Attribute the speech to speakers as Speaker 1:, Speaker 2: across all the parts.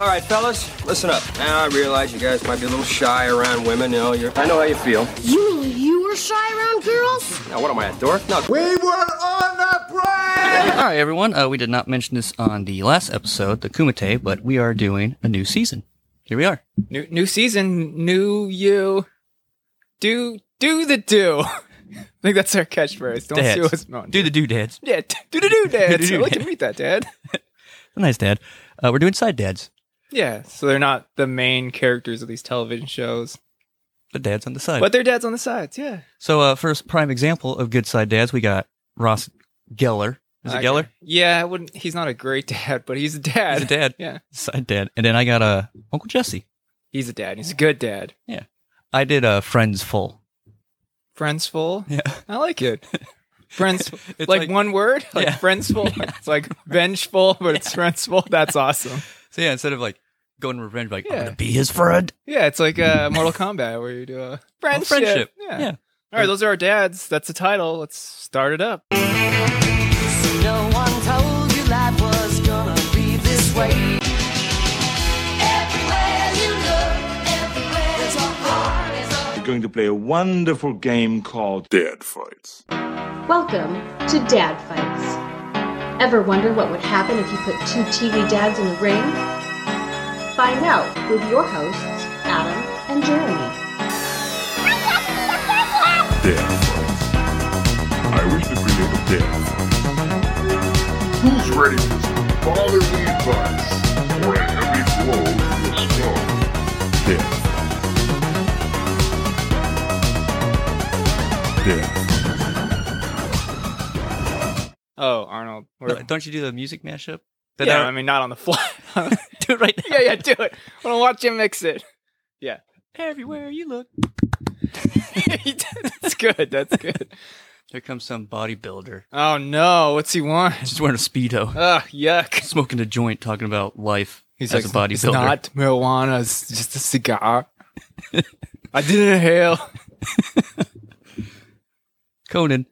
Speaker 1: All right, fellas, listen up. Now I realize you guys might be a little shy around women. You know, you're, I know how you feel.
Speaker 2: You mean you were shy around girls?
Speaker 1: Now, what am I, a dork? No.
Speaker 3: We were on the break!
Speaker 4: All right, everyone. Uh, we did not mention this on the last episode, the Kumite, but we are doing a new season. Here we are.
Speaker 5: New new season, new you. Do do the do. I think that's our catchphrase. Don't
Speaker 4: Dads.
Speaker 5: sue us, no,
Speaker 4: Do the doodads.
Speaker 5: yeah, t- do do do, dad.
Speaker 4: Do-do-do,
Speaker 5: I like to
Speaker 4: Dad.
Speaker 5: meet that, dad.
Speaker 4: Nice, Dad. Uh, we're doing side dads.
Speaker 5: Yeah, so they're not the main characters of these television shows,
Speaker 4: The dads on the side.
Speaker 5: but they're dads on the sides. Yeah,
Speaker 4: So, uh, first prime example of good side dads, we got Ross Geller. Is it
Speaker 5: I-
Speaker 4: Geller?
Speaker 5: Yeah, I wouldn't. He's not a great dad, but he's a dad.
Speaker 4: He's a dad.
Speaker 5: Yeah,
Speaker 4: Side dad. And then I got uh, Uncle Jesse.
Speaker 5: he's a dad. He's a good dad.
Speaker 4: I did uh, Friends Full.
Speaker 5: Friends full.
Speaker 4: Yeah.
Speaker 5: I like it. Friends,
Speaker 4: It's
Speaker 5: like,
Speaker 4: like-
Speaker 5: one word, like
Speaker 4: Yeah.
Speaker 5: friendsful. It's like vengeful, but it's friendsful. That's awesome.
Speaker 4: So, yeah, instead of like going to revenge, like, I'm
Speaker 5: Yeah.
Speaker 4: going to be his friend.
Speaker 5: Yeah, it's like uh, Mortal Kombat where you do a friendship.
Speaker 4: Oh, friendship.
Speaker 5: Yeah.
Speaker 4: Yeah.
Speaker 5: All right, those are our dads. That's the title. Let's start it up.
Speaker 6: No one told you life was gonna be this way. Everywhere you look, everywhere there's a heart, there's a
Speaker 7: We're going to play a wonderful game called Dead Fights.
Speaker 2: Welcome to Dad Fights. Ever wonder what would happen if you put two TV dads in the ring? Find out with your hosts, Adam and Jeremy.
Speaker 7: Dead Fights. I wish to create a dead fight. Who's ready for some fatherly advice? Or a heavy blow from the skull? Dead Fights. Dead Fights.
Speaker 5: Oh, Arnold. We're,
Speaker 4: No, don't you do the music mashup? But
Speaker 5: yeah,
Speaker 4: now-
Speaker 5: I mean, not on the fly. yeah,
Speaker 4: do it right now.
Speaker 5: yeah, do it. I want to watch you mix it.
Speaker 4: Everywhere you look.
Speaker 5: That's good. That's good.
Speaker 4: Here comes some bodybuilder.
Speaker 5: Oh, no. What's he want?
Speaker 4: Just wearing a Speedo.
Speaker 5: Ugh, yuck.
Speaker 4: smoking a joint, talking about life as a bodybuilder.
Speaker 5: it's not marijuana. It's just a cigar. I didn't inhale.
Speaker 4: Conan.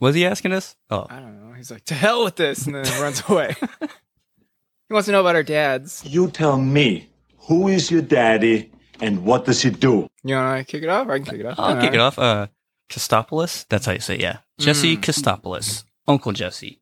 Speaker 4: Was he asking us? Oh.
Speaker 5: I don't know. He's like, to hell with this, and then runs away. he wants to know about our dads.
Speaker 8: You tell me, who is your daddy and what does he do?
Speaker 5: You want to kick it off? I can kick it off.
Speaker 4: I'll kick it off. Uh Kostopoulos. That's how you say it, yeah. Jesse
Speaker 5: Mm.
Speaker 4: Kostopoulos. Uncle Jesse.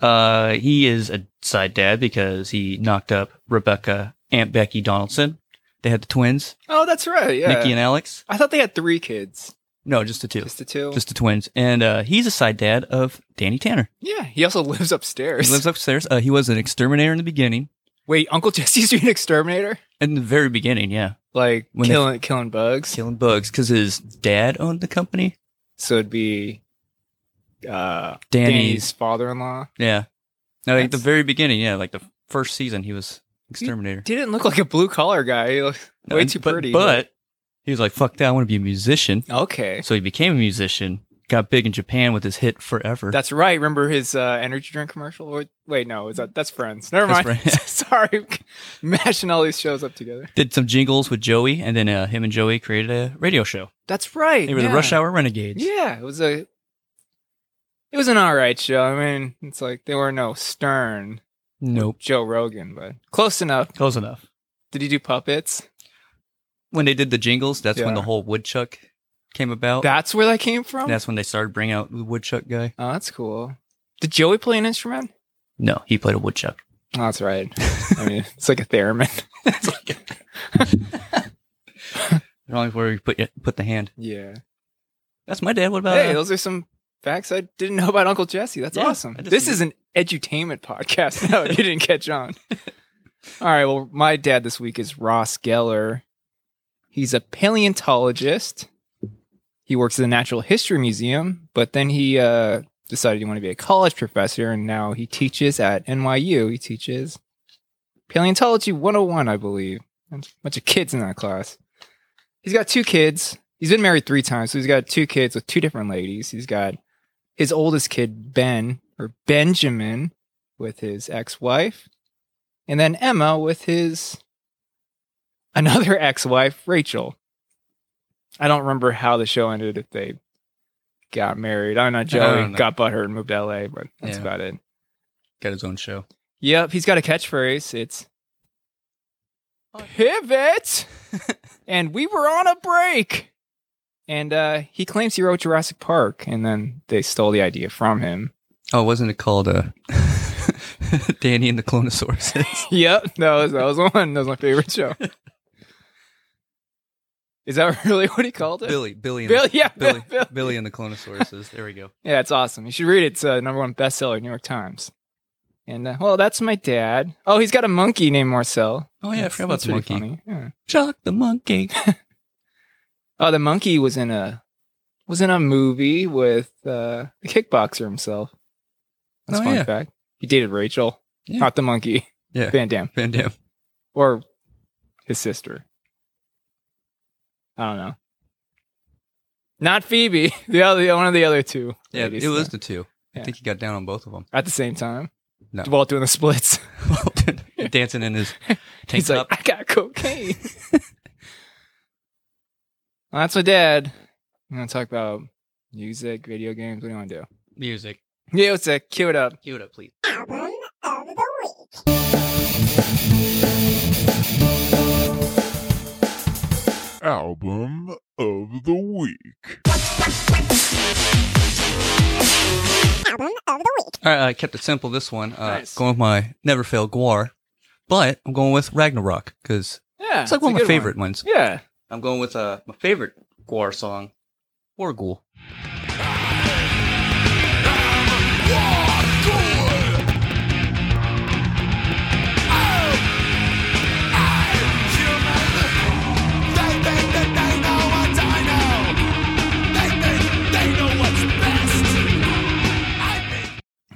Speaker 4: Uh he is a side dad because he knocked up Rebecca Aunt Becky Donaldson. They had the twins,
Speaker 5: Oh, that's right. Yeah.
Speaker 4: Nikki and Alex.
Speaker 5: I thought they had three kids.
Speaker 4: No, just the two.
Speaker 5: Just the two.
Speaker 4: Just the twins. And uh he's a side dad of Danny Tanner.
Speaker 5: yeah. He also lives upstairs.
Speaker 4: He lives upstairs. Uh, he was an exterminator in the beginning.
Speaker 5: Wait, Uncle Jesse's doing exterminator?
Speaker 4: In the very beginning, yeah.
Speaker 5: Like
Speaker 4: When they-
Speaker 5: killing killing bugs.
Speaker 4: Killing bugs because his dad owned the company.
Speaker 5: so it'd be uh
Speaker 4: Danny's-
Speaker 5: Danny's father in law.
Speaker 4: Yeah. No, like the
Speaker 5: That's-
Speaker 4: very beginning, yeah, like the first season, he was exterminator.
Speaker 5: Didn't look like a blue collar guy. He looked
Speaker 4: No,
Speaker 5: way
Speaker 4: and-
Speaker 5: too
Speaker 4: but,
Speaker 5: pretty.
Speaker 4: But he was like, "Fuck that! I want to be a musician."
Speaker 5: okay.
Speaker 4: So he became a musician. Got big in Japan with his hit "Forever."
Speaker 5: That's right. Remember his uh, energy drink commercial? Or, wait, no, is that that's Friends? Never
Speaker 4: That's
Speaker 5: mind.
Speaker 4: Friends.
Speaker 5: Sorry, mashing all these shows up together.
Speaker 4: Did some jingles with Joey, and then uh, him and Joey created a radio show.
Speaker 5: That's right.
Speaker 4: They were the Rush Hour Renegades.
Speaker 5: Yeah, it was a. It was an all right show. I mean, it's like they were no Stern,
Speaker 4: Nope.
Speaker 5: Joe Rogan, but close enough.
Speaker 4: Close enough.
Speaker 5: Did he do puppets?
Speaker 4: When they did the jingles, that's when
Speaker 5: Yeah.
Speaker 4: the whole woodchuck came about.
Speaker 5: That's where that came from.
Speaker 4: Oh. that's when they started bringing out the woodchuck guy.
Speaker 5: oh, that's cool. Did Joey play an instrument?
Speaker 4: No, he played a woodchuck.
Speaker 5: Oh, that's right. I mean, it's like a theremin.
Speaker 4: They're only where you put your- put the hand.
Speaker 5: Yeah.
Speaker 4: That's my dad. What about?
Speaker 5: Hey,
Speaker 4: uh,
Speaker 5: those are some facts I didn't know about Uncle Jesse. That's
Speaker 4: Yeah,
Speaker 5: awesome.
Speaker 4: I just-
Speaker 5: This is an edutainment podcast. No, you didn't catch on. All right. Well, my dad this week is Ross Geller. He's a paleontologist. He works at the Natural History Museum, but then he uh, decided he wanted to be a college professor, and now he teaches at NYU. He teaches paleontology 101, I believe. There's a bunch of kids in that class. He's got two kids. He's been married three times, so he's got two kids with two different ladies. He's got his oldest kid, Ben, or Benjamin, with his ex wife, and then Emma with his another ex wife, Rachel. I don't remember how the show ended if they got married. I know Joey
Speaker 4: don't know.
Speaker 5: got butthurt and moved to LA, but that's
Speaker 4: Yeah.
Speaker 5: about it.
Speaker 4: got his own show.
Speaker 5: Yep, he's got a catchphrase. It's pivot and we were on a break and uh he claims he wrote jurassic park and then they stole the idea from him
Speaker 4: Oh, wasn't it called uh, Danny and the Clonosauruses?
Speaker 5: yep that was that was one that was my favorite show is that really what he called it
Speaker 4: Billy, Billy, and
Speaker 5: Bill-
Speaker 4: the,
Speaker 5: yeah,
Speaker 4: Billy,
Speaker 5: Bill-
Speaker 4: Billy and the Clonosauruses. There we go.
Speaker 5: yeah it's awesome you should read it it's uh, number one bestseller new york times and uh, well that's my dad oh he's got a monkey named marcel
Speaker 4: Oh yeah, I forgot about
Speaker 5: That's
Speaker 4: the
Speaker 5: pretty
Speaker 4: monkey.
Speaker 5: funny. Yeah.
Speaker 4: Shock the monkey.
Speaker 5: Oh, the monkey was in a was in a movie with uh, the kickboxer himself. That's a
Speaker 4: Oh,
Speaker 5: fun
Speaker 4: yeah.
Speaker 5: fact. He dated Rachel,
Speaker 4: Yeah.
Speaker 5: not the monkey,
Speaker 4: Yeah,
Speaker 5: Van Damme,
Speaker 4: Van Damme.
Speaker 5: or his sister. I don't know. Not Phoebe, the other one of the other two.
Speaker 4: Yeah,
Speaker 5: ladies
Speaker 4: it was
Speaker 5: there.
Speaker 4: the two.
Speaker 5: Yeah.
Speaker 4: I think he got down on both of them.
Speaker 5: at the same time.
Speaker 4: No.
Speaker 5: while doing the splits.
Speaker 4: Dancing in his tank
Speaker 5: He's
Speaker 4: top.
Speaker 5: like, "Ah." I got cocaine. Well, that's my dad. I'm gonna talk about music, video games. What do you want to do?
Speaker 4: Music.
Speaker 5: Yeah, it's a cue it up.
Speaker 4: Cue it up, please.
Speaker 7: Album of the week.
Speaker 4: All right, I kept it simple this one. Uh,
Speaker 5: Nice.
Speaker 4: Going with my Never Fail Guar, but I'm going with Ragnarok because
Speaker 5: Yeah,
Speaker 4: it's like
Speaker 5: a
Speaker 4: one of my
Speaker 5: good
Speaker 4: favorite ones.
Speaker 5: Yeah,
Speaker 4: I'm going with uh, my favorite Guar song, War Ghoul.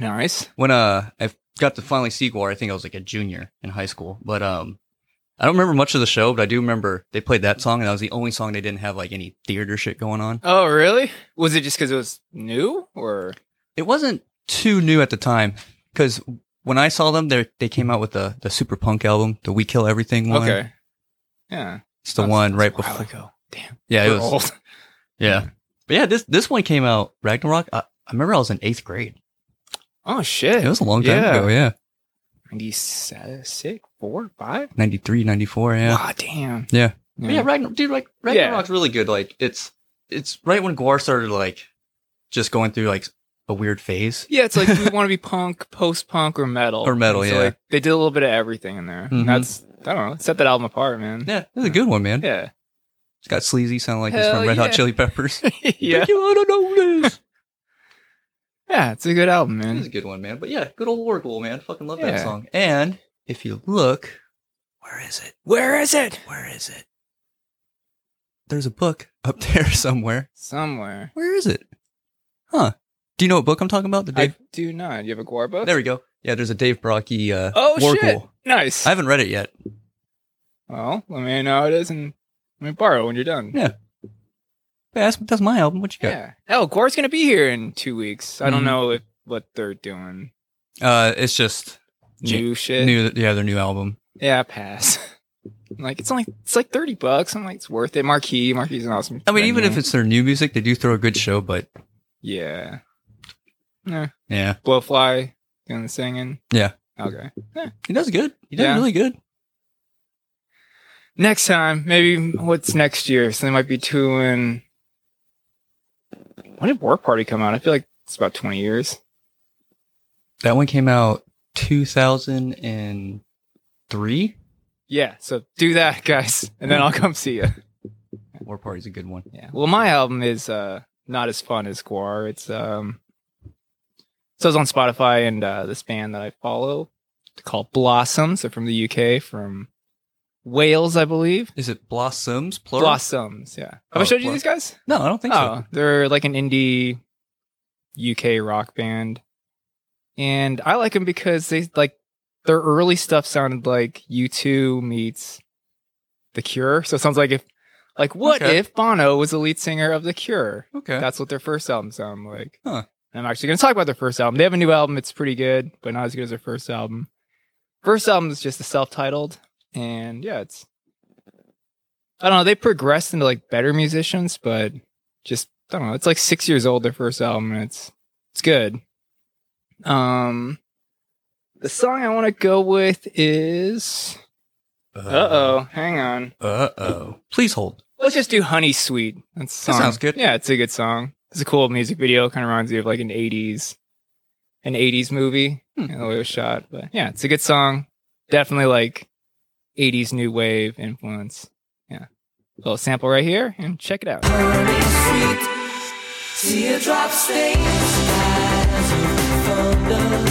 Speaker 5: nice.
Speaker 4: When uh, I got to finally see Guar, I think I was like a junior in high school, but um, I don't remember much of the show, but I do remember they played that song, and that was the only song they didn't have like any theater shit going on.
Speaker 5: Oh, really? Was it just because it was new, or
Speaker 4: It wasn't too new at the time because when I saw them, they they came out with the the super punk album, the We Kill Everything one.
Speaker 5: okay? Yeah,
Speaker 4: It's the one right
Speaker 5: a while
Speaker 4: before.
Speaker 5: ago. Damn,
Speaker 4: Yeah, it
Speaker 5: we're
Speaker 4: was.
Speaker 5: old.
Speaker 4: Yeah, but yeah, this this one came out Ragnarok. I, I remember I was in eighth grade.
Speaker 5: Oh shit,
Speaker 4: It was a long time
Speaker 5: Yeah.
Speaker 4: ago. Yeah,
Speaker 5: ninety-seven, six, four, five.
Speaker 4: 93, 94, Yeah,
Speaker 5: Wow, damn.
Speaker 4: Yeah.
Speaker 5: yeah.
Speaker 4: But yeah. Ragnar- dude, like Ragnarok's really good. Like it's it's right when Guar started like just going through like a weird phase.
Speaker 5: Yeah, it's like do we want to be punk, post punk, or metal?
Speaker 4: Or metal,
Speaker 5: So,
Speaker 4: yeah.
Speaker 5: like, they did a little bit of everything in there.
Speaker 4: Mhm.
Speaker 5: And that's I don't know, set that album apart, man.
Speaker 4: Yeah, it's a good one, man.
Speaker 5: Yeah,
Speaker 4: It's got sleazy, sound like it's
Speaker 5: Hell
Speaker 4: from Red
Speaker 5: yeah.
Speaker 4: Hot Chili Peppers.
Speaker 5: yeah,
Speaker 4: Take you out on notice.
Speaker 5: yeah. It's a good album,
Speaker 4: It is a
Speaker 5: man.
Speaker 4: good one, man. But yeah, good old War Ghoul, man. Fucking love
Speaker 5: Yeah.
Speaker 4: that song. And if you look, where is it?
Speaker 5: Where is it?
Speaker 4: Where is it? There's a book up there somewhere.
Speaker 5: Somewhere.
Speaker 4: Where is it? Huh? Do you know what book I'm talking about? The
Speaker 5: I
Speaker 4: Dave.
Speaker 5: do not. You have a Guar book?
Speaker 4: There we go. Yeah, there's a Dave Brocky. Uh,
Speaker 5: Oh
Speaker 4: War
Speaker 5: shit!
Speaker 4: Ghoul.
Speaker 5: Nice.
Speaker 4: I haven't read it yet.
Speaker 5: Well, let me know how it is and let me borrow it when you're done.
Speaker 4: Yeah. Yeah, that's, that's my album. What you got?
Speaker 5: Yeah. Oh, Gore's gonna be here in two weeks. I don't
Speaker 4: Mhm.
Speaker 5: know if what they're doing.
Speaker 4: Uh, it's just
Speaker 5: New shit.
Speaker 4: new. Yeah, their new album.
Speaker 5: Yeah, pass. like it's only it's like thirty bucks. I'm like, it's worth it. Marquee, Marquee's an awesome.
Speaker 4: I mean, even
Speaker 5: venue.
Speaker 4: if it's their new music, they do throw a good show. But
Speaker 5: yeah,
Speaker 4: yeah,
Speaker 5: Blowfly doing the singing.
Speaker 4: Yeah.
Speaker 5: Okay.
Speaker 4: he does good. He does
Speaker 5: Yeah.
Speaker 4: really good.
Speaker 5: Next time, maybe what's next year? So they might be doing. When did War Party come out? I feel like it's about twenty years.
Speaker 4: That one came out 2003.
Speaker 5: Yeah. So do that, guys, and then I'll come see you.
Speaker 4: War Party's a good one.
Speaker 5: Yeah. Well, my album is uh not as fun as Guar. It's um so it's on Spotify and uh this band that I follow called Blossoms. They're from the UK, from Wales, I believe.
Speaker 4: Is it Blossoms plural?
Speaker 5: Blossoms, yeah. Have I
Speaker 4: Oh,
Speaker 5: showed you
Speaker 4: Blo-
Speaker 5: these guys?
Speaker 4: No, I don't think
Speaker 5: oh,
Speaker 4: so.
Speaker 5: they're like an indie UK rock band, and I like them because they like their early stuff sounded like U2 meets The Cure. So it sounds like if, like, what
Speaker 4: Okay.
Speaker 5: if Bono was the lead singer of The Cure?
Speaker 4: Okay.
Speaker 5: That's what their first album sounded like.
Speaker 4: Huh.
Speaker 5: And I'm actually going to talk about their first album. They have a new album. It's pretty good, but not as good as their first album. First album is just the self-titled, and yeah, it's. I don't know. They progressed into like better musicians, but just I don't know. It's like six years old. Their first album. And it's it's good. Um, the song I want to go with is Uh oh. Hang on.
Speaker 4: Uh oh. Please hold.
Speaker 5: Let's just do Honey Sweet. That's
Speaker 4: That
Speaker 5: song.
Speaker 4: sounds good.
Speaker 5: Yeah, it's a good song. It's a cool music video. Kind of reminds you of like an 80s, an 80s movie.
Speaker 4: Hmm.
Speaker 5: you know, the way it was shot. But yeah, it's a good song. Definitely like 80s new wave influence. Yeah. Little sample right here and check it out.
Speaker 6: Teardrop stains skies of thunder.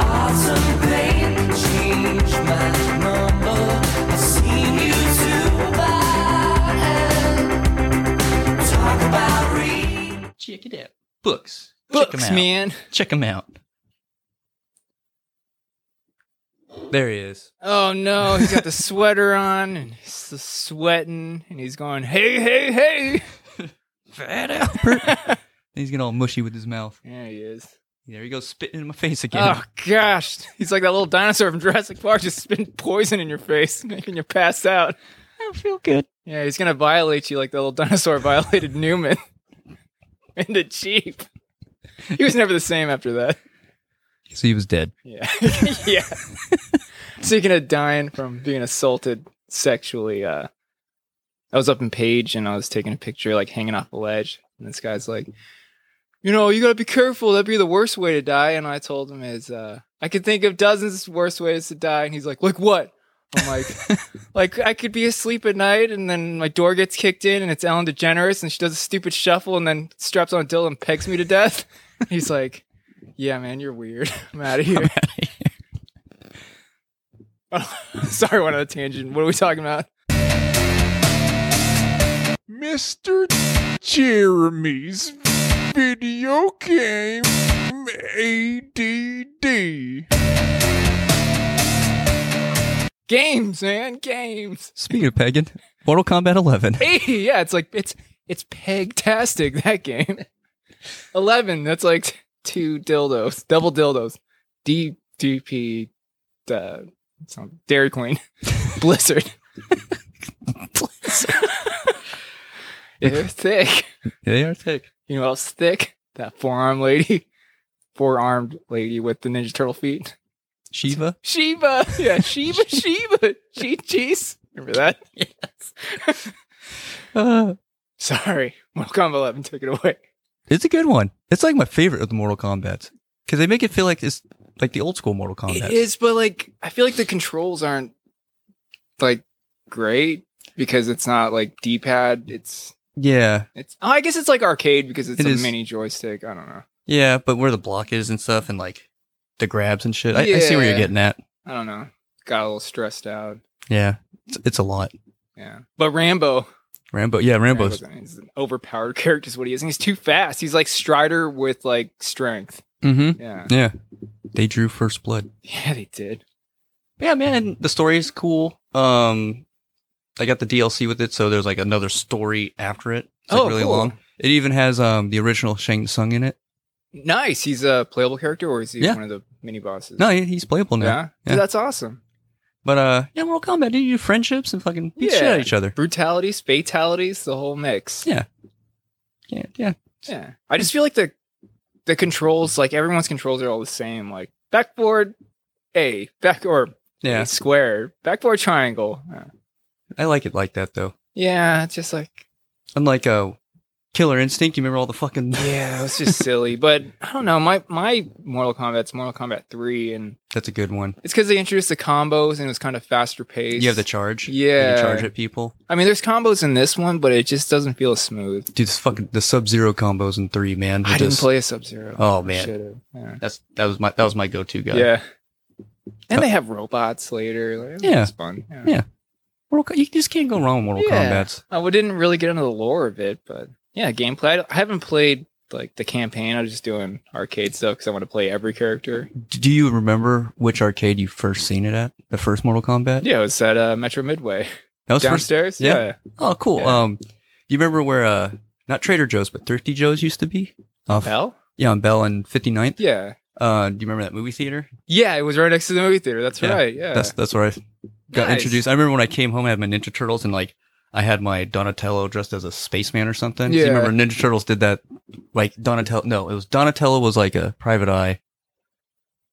Speaker 6: Autumn pain change my number. I've seen you too bad. Talk about reading.
Speaker 4: Check it out. Books. Check 'em
Speaker 5: Books,
Speaker 4: out.
Speaker 5: man.
Speaker 4: Check him out.
Speaker 9: There he is.
Speaker 5: Oh no, he's got the sweater on and he's s- sweating and he's going, hey, hey, hey.
Speaker 4: Fat Albert. He's getting all mushy with his mouth.
Speaker 5: Yeah, he is.
Speaker 4: There he goes, spitting in my face again.
Speaker 5: Oh gosh, he's like that little dinosaur from Jurassic Park, just spitting poison in your face, making you pass out.
Speaker 4: I don't feel good.
Speaker 5: Yeah, he's gonna violate you like the little dinosaur violated Newman and the Jeep. He was never the same after that.
Speaker 4: So he was dead.
Speaker 5: Yeah, yeah. Speaking of dying from being assaulted sexually, uh, I was up in Page and I was taking a picture, like hanging off a ledge, and this guy's like, "You know, you gotta be careful. That'd be the worst way to die." And I told him, "Is uh, I could think of dozens of worse ways to die." And he's like, "Like what?" I'm like, "Like I could be asleep at night and then my door gets kicked in and it's Ellen DeGeneres and she does a stupid shuffle and then straps on a dildo and pegs me to death." he's like. Yeah, man, you're weird. I'm out of here. Sorry, went on a tangent. What are we talking about?
Speaker 3: Mr. Jeremy's video game ADD.
Speaker 5: Games, man, games.
Speaker 4: Speaking of Pagan, Mortal Kombat 11.
Speaker 5: Hey, yeah, it's like it's it's pegtastic that game. Eleven. That's like two dildos, double dildos. D D P, uh, some Dairy Queen, Blizzard. They're thick.
Speaker 4: They are thick.
Speaker 5: You know what else is thick? That forearm lady. Four-armed lady with the Ninja Turtle feet.
Speaker 4: Shiva.
Speaker 5: Sheba. Yeah, Sheba, Sheba. She cheese. Remember that?
Speaker 4: Uh,
Speaker 5: Sorry. Mortal Kombat 11 took it away.
Speaker 4: it's a good one. It's like my favorite of the Mortal Kombats because they make it feel like it's like the old school Mortal Kombat.
Speaker 5: It is, but like, I feel like the controls aren't like great because it's not like D-pad. It's,
Speaker 4: Yeah,
Speaker 5: it's, oh, I guess it's like arcade because it's
Speaker 4: It
Speaker 5: a
Speaker 4: is.
Speaker 5: mini joystick. I don't know.
Speaker 4: yeah, but where the block is and stuff, and like the grabs and shit. I, I see where you're
Speaker 5: Yeah.
Speaker 4: getting at.
Speaker 5: I don't know. Got a little stressed out.
Speaker 4: Yeah, it's, it's a lot.
Speaker 5: Yeah. But Rambo.
Speaker 4: Rambo. Yeah, Rambo's.
Speaker 5: Rambo's- He's an overpowered character, is what he is. And he's too fast. He's like Strider with like strength.
Speaker 4: Mm-hmm.
Speaker 5: Yeah.
Speaker 4: Yeah, they drew first blood.
Speaker 5: Yeah, they did.
Speaker 4: yeah, man, the story is cool. Um, I got the DLC with it, so there's like another story after it. It's like
Speaker 5: Oh,
Speaker 4: really
Speaker 5: cool.
Speaker 4: long. It even has um the original Shang Tsung in it.
Speaker 5: Nice. He's a playable character, or is he
Speaker 4: Yeah.
Speaker 5: one of the mini bosses?
Speaker 4: No, he- he's playable now.
Speaker 5: yeah, Dude, that's awesome.
Speaker 4: But uh, yeah, Mortal Kombat, you do friendships and fucking beat shit
Speaker 5: Yeah.
Speaker 4: out of each other.
Speaker 5: Brutalities, fatalities, the whole mix.
Speaker 4: Yeah. Yeah, yeah.
Speaker 5: Yeah. I just feel like the the controls, like everyone's controls, are all the same. Like backboard A, back or
Speaker 4: Yeah,
Speaker 5: A square, backboard triangle. Uh,
Speaker 4: I like it like that though.
Speaker 5: Yeah, it's just like
Speaker 4: Unlike uh, Killer Instinct, you remember all the fucking
Speaker 5: yeah, it was just silly. But I don't know. My my Mortal Kombat's Mortal Kombat three, and
Speaker 4: That's a good one.
Speaker 5: it's because they introduced the combos and it was kind of faster paced.
Speaker 4: You have the charge.
Speaker 5: Yeah.
Speaker 4: you charge at people.
Speaker 5: I mean, there's combos in this one, but it just doesn't feel as smooth.
Speaker 4: Dude, this fucking the Sub Zero combos in three, man.
Speaker 5: I
Speaker 4: They're
Speaker 5: didn't
Speaker 4: just-
Speaker 5: play a Sub Zero.
Speaker 4: Oh, man.
Speaker 5: Yeah.
Speaker 4: That's that was my that was my go to guy.
Speaker 5: Yeah. And they have robots later. Like,
Speaker 4: Uh, Yeah.
Speaker 5: It's fun.
Speaker 4: Yeah. Mortal Ko- you just can't go wrong with Mortal
Speaker 5: Yeah.
Speaker 4: Kombat.
Speaker 5: I w- didn't really get into the lore of it, but yeah, gameplay. I don't- I haven't played like the campaign. I was just doing arcade stuff because I want to play every character.
Speaker 4: D- Do you remember which arcade you first seen it at? The first Mortal Kombat?
Speaker 5: Yeah, it was at uh, Metro Midway
Speaker 4: That was first.
Speaker 5: downstairs.
Speaker 4: yeah. Oh, cool.
Speaker 5: Yeah.
Speaker 4: Um, you remember where uh, not Trader Joe's, but Thrifty Joe's used to be? Off,
Speaker 5: Hell?
Speaker 4: Yeah, on Bell and 59th.
Speaker 5: Yeah.
Speaker 4: Uh, do you remember that movie theater?
Speaker 5: Yeah, it was right next to the movie theater. That's
Speaker 4: Yeah.
Speaker 5: right. Yeah.
Speaker 4: That's that's where I got
Speaker 5: Nice.
Speaker 4: introduced. I remember when I came home, I had my Ninja Turtles and like I had my Donatello dressed as a spaceman or something. Yeah.
Speaker 5: Yeah.
Speaker 4: You remember Ninja Turtles did that? Like Donatello? No, it was Donatello was like a private eye.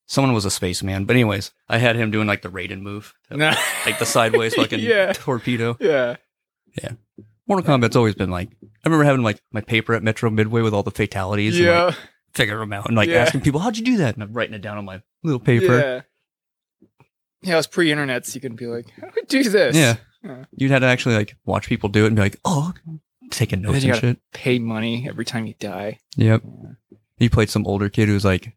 Speaker 4: Someone was a spaceman, but anyways, I had him doing like the Raiden move,
Speaker 5: No.
Speaker 4: like the sideways fucking
Speaker 5: Yeah.
Speaker 4: torpedo.
Speaker 5: yeah.
Speaker 4: Mortal Kombat's always been like. I remember having like my paper at Metro Midway with all the fatalities. And, like,
Speaker 5: Yeah.
Speaker 4: figure them out and like
Speaker 5: Yeah.
Speaker 4: asking people, how'd you do that? And I'm writing it down on my little paper.
Speaker 5: Yeah. Yeah, it was pre-internet, so you could be like, "How do I do this?"
Speaker 4: Yeah.
Speaker 5: Yeah.
Speaker 4: You'd have to actually like watch people do it and be like, oh, taking
Speaker 5: then
Speaker 4: notes
Speaker 5: you
Speaker 4: and
Speaker 5: gotta-
Speaker 4: shit.
Speaker 5: Pay money every time you die.
Speaker 4: Yep. He played some older kid who was like,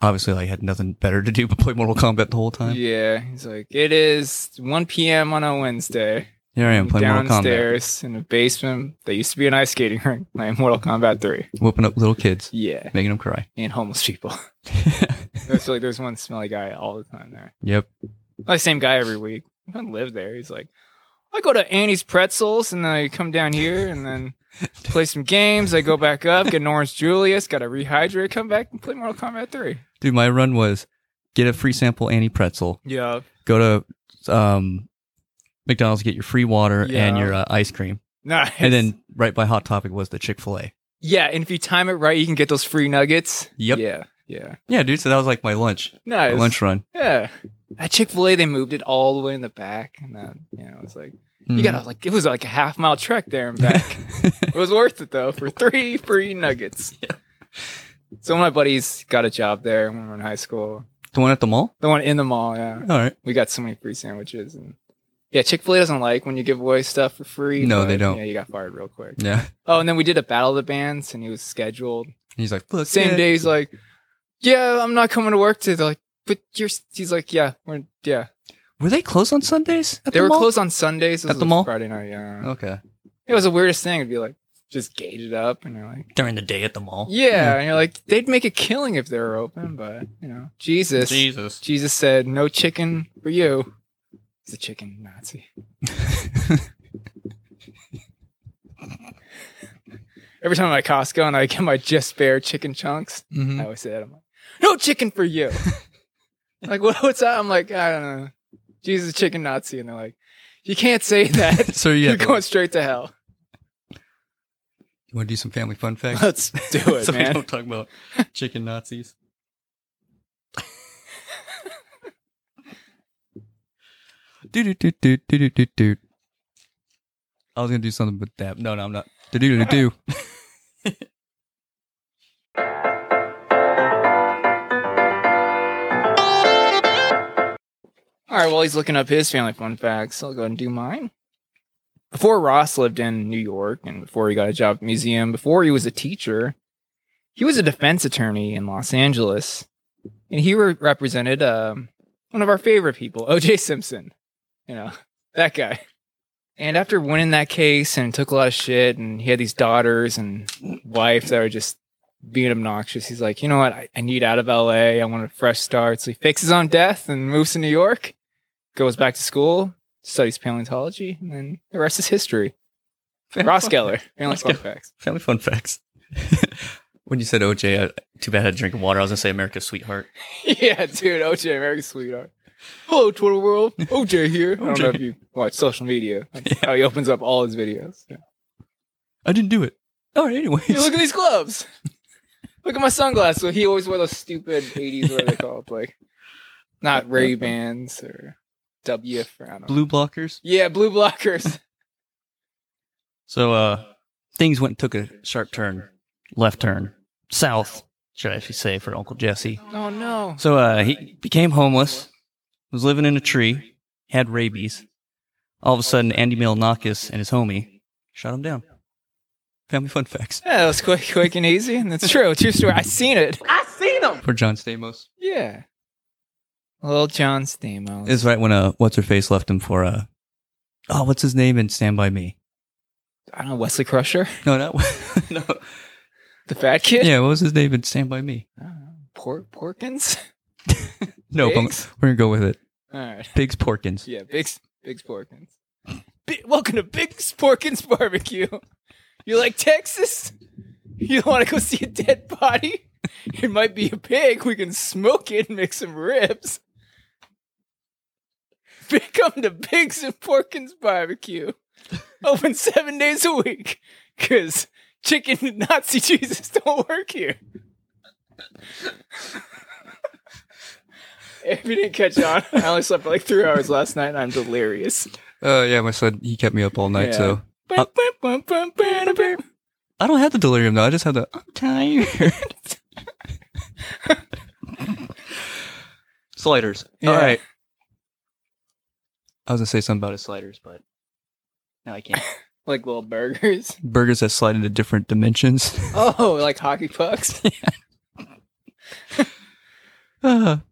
Speaker 4: obviously like had nothing better to do but play Mortal Kombat the whole time.
Speaker 5: Yeah, he's like, "It is 1 p.m. on a Wednesday.
Speaker 4: Here I am
Speaker 5: I'm
Speaker 4: playing Mortal
Speaker 5: downstairs in a basement that used to be an ice skating rink. Playing Mortal Kombat 3.
Speaker 4: Kombat, whooping up little kids,
Speaker 5: Yeah,
Speaker 4: making them cry.
Speaker 5: and homeless people. I feel like there's one smelly guy all the time there.
Speaker 4: yep.
Speaker 5: Like same guy every week. I don't live there. He's like, I go to Annie's Pretzels and then I come down here and then play some games. I go back up, get an Orange Julius, gotta rehydrate, come back and play Mortal Kombat 3.
Speaker 4: Dude, my run was get a free sample Annie pretzel,
Speaker 5: Yeah.
Speaker 4: go to um, McDonald's, get your free water and
Speaker 5: Yeah.
Speaker 4: your uh, ice cream.
Speaker 5: Nice.
Speaker 4: And then right by Hot Topic was the Chick fil A.
Speaker 5: yeah, and if you time it right, you can get those free nuggets.
Speaker 4: Yep.
Speaker 5: Yeah. Yeah.
Speaker 4: Yeah, dude. So that was like my lunch,
Speaker 5: Nice.
Speaker 4: my lunch run.
Speaker 5: Yeah. At Chick Fil A, they moved it all the way in the back, and then you know it's like
Speaker 4: Mm-hmm.
Speaker 5: you gotta like it was like a half mile trek there and back. it was worth it though for three free nuggets. So one of my buddies got a job there when we were in high school.
Speaker 4: the one at the mall.
Speaker 5: The one in the mall, yeah.
Speaker 4: All right.
Speaker 5: We got so many free sandwiches and yeah, Chick Fil A doesn't like when you give away stuff for free.
Speaker 4: No, they
Speaker 5: but,
Speaker 4: don't.
Speaker 5: Yeah, you got fired real quick.
Speaker 4: Yeah. And
Speaker 5: Oh, and then we did a battle of the bands, and he was scheduled
Speaker 4: he's like, look,
Speaker 5: same
Speaker 4: yeah.
Speaker 5: day he's like yeah i'm not coming to work today They're like but you're s-" he's like yeah we're yeah
Speaker 4: Were they closed on Sundays? At
Speaker 5: they
Speaker 4: the
Speaker 5: were
Speaker 4: mall?
Speaker 5: closed on sundays This
Speaker 4: At
Speaker 5: was
Speaker 4: the mall? Oh.
Speaker 5: friday night yeah
Speaker 4: Okay.
Speaker 5: it was the weirdest thing it'd be like just gated up and you're like
Speaker 4: During the day at the mall.
Speaker 5: yeah, and you're like they'd make a killing if they were open but you know jesus
Speaker 4: Jesus.
Speaker 5: jesus said no chicken for you he's a chicken nazi every time i'm at costco and i get my just spare chicken chunks
Speaker 4: Mm-hmm.
Speaker 5: I always say that. I'm like, no chicken for you. like, what, what's that? I'm like, I don't know. Jesus, is a chicken Nazi. And they're like, you can't say that.
Speaker 4: So yeah,
Speaker 5: You're going straight to hell.
Speaker 4: you want to do some family fun facts?
Speaker 5: Let's do it,
Speaker 4: so we
Speaker 5: man.
Speaker 4: don't talk about chicken Nazis. Do do do do do do do do. I was gonna do something with that. No, no, I'm not. Do do do do.
Speaker 5: All right, well, he's looking up his family fun facts. I'll go ahead and do mine. Before Ross lived in New York and before he got a job at the museum, before he was a teacher, he was a defense attorney in Los Angeles. And he re- represented um, one of our favorite people, OJ Simpson. You know, that guy. And after winning that case and took a lot of shit, and he had these daughters and wife that were just being obnoxious, he's like, you know what? I, I need out of LA. I want a fresh start. So he fixes on death and moves to New York, goes back to school, studies paleontology, and then the rest is history. Ross Geller, family
Speaker 4: Ross Geller.
Speaker 5: fun facts.
Speaker 4: Family fun facts. when you said OJ, I, too bad I had to drink water. I was gonna say America's sweetheart.
Speaker 5: yeah, dude. OJ, American sweetheart. Hello, Twitter world. OJ here. I don't know if you watch social media. That's how he opens up all his videos. Yeah.
Speaker 4: I didn't do it. All right, anyways.
Speaker 5: Hey, look at these gloves. Look at my sunglasses. So he always wore those stupid '80s, what are they called? Like, not Ray Bans or WF. Or I don't know.
Speaker 4: blue blockers.
Speaker 5: Yeah, blue blockers.
Speaker 4: So uh things went took a sharp turn, left turn south, should I say for Uncle Jesse.
Speaker 5: oh no.
Speaker 4: So uh he became homeless, was living in a tree, had rabies. All of a sudden Andy Milonakis and his homie shot him down. Family fun facts
Speaker 5: Yeah, that was quick, quick and easy, and that's true. True story. I seen it.
Speaker 4: for John Stamos.
Speaker 5: Yeah. Little John Stamos.
Speaker 4: It's right when uh what's her face left him for uh oh what's his name in Stand by Me?
Speaker 5: I don't know Wesley Crusher,
Speaker 4: No, not no.
Speaker 5: the fat kid.
Speaker 4: Yeah, what was his name in Stand by Me?
Speaker 5: I don't know. Por- Porkins.
Speaker 4: No, but
Speaker 5: Biggs?
Speaker 4: we're gonna go with it.
Speaker 5: All right.
Speaker 4: Biggs Porkins.
Speaker 5: Yeah, Big Big Porkins. Bi- Welcome to Big Porkins Barbecue. You like Texas? You want to go see a dead body? It might be a pig. We can smoke it and make some ribs. Bi- Come to Biggs and Porkins Barbecue. Open seven days a week. Because chicken and Nazi Jesus don't work here. If you didn't catch on, I only slept for like three hours last night and I'm delirious.
Speaker 4: Uh, yeah, my son, he kept me up all
Speaker 5: Yeah.
Speaker 4: night, so Uh,
Speaker 5: I
Speaker 4: I don't have the delirium though. I just have the I'm tired. sliders. All
Speaker 5: Yeah.
Speaker 4: right. I was gonna say something about his sliders, but now I can't.
Speaker 5: like little burgers.
Speaker 4: Burgers that slide into different dimensions.
Speaker 5: Oh, like hockey pucks.
Speaker 4: Ah.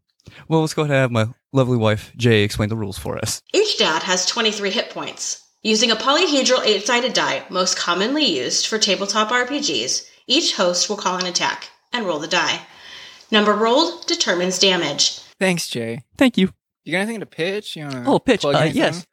Speaker 4: well, let's go ahead and have my lovely wife Jay explain the rules for us.
Speaker 2: Each dad has 23 hit points. Using a polyhedral eight sided die, most commonly used for tabletop RPGs, each host will call an attack and roll the die. Number rolled determines damage.
Speaker 5: Thanks, Jay.
Speaker 4: Thank you.
Speaker 5: You got anything to pitch? You wanna
Speaker 4: Oh, pitch.
Speaker 5: plug
Speaker 4: Uh,
Speaker 5: anything?
Speaker 4: yes.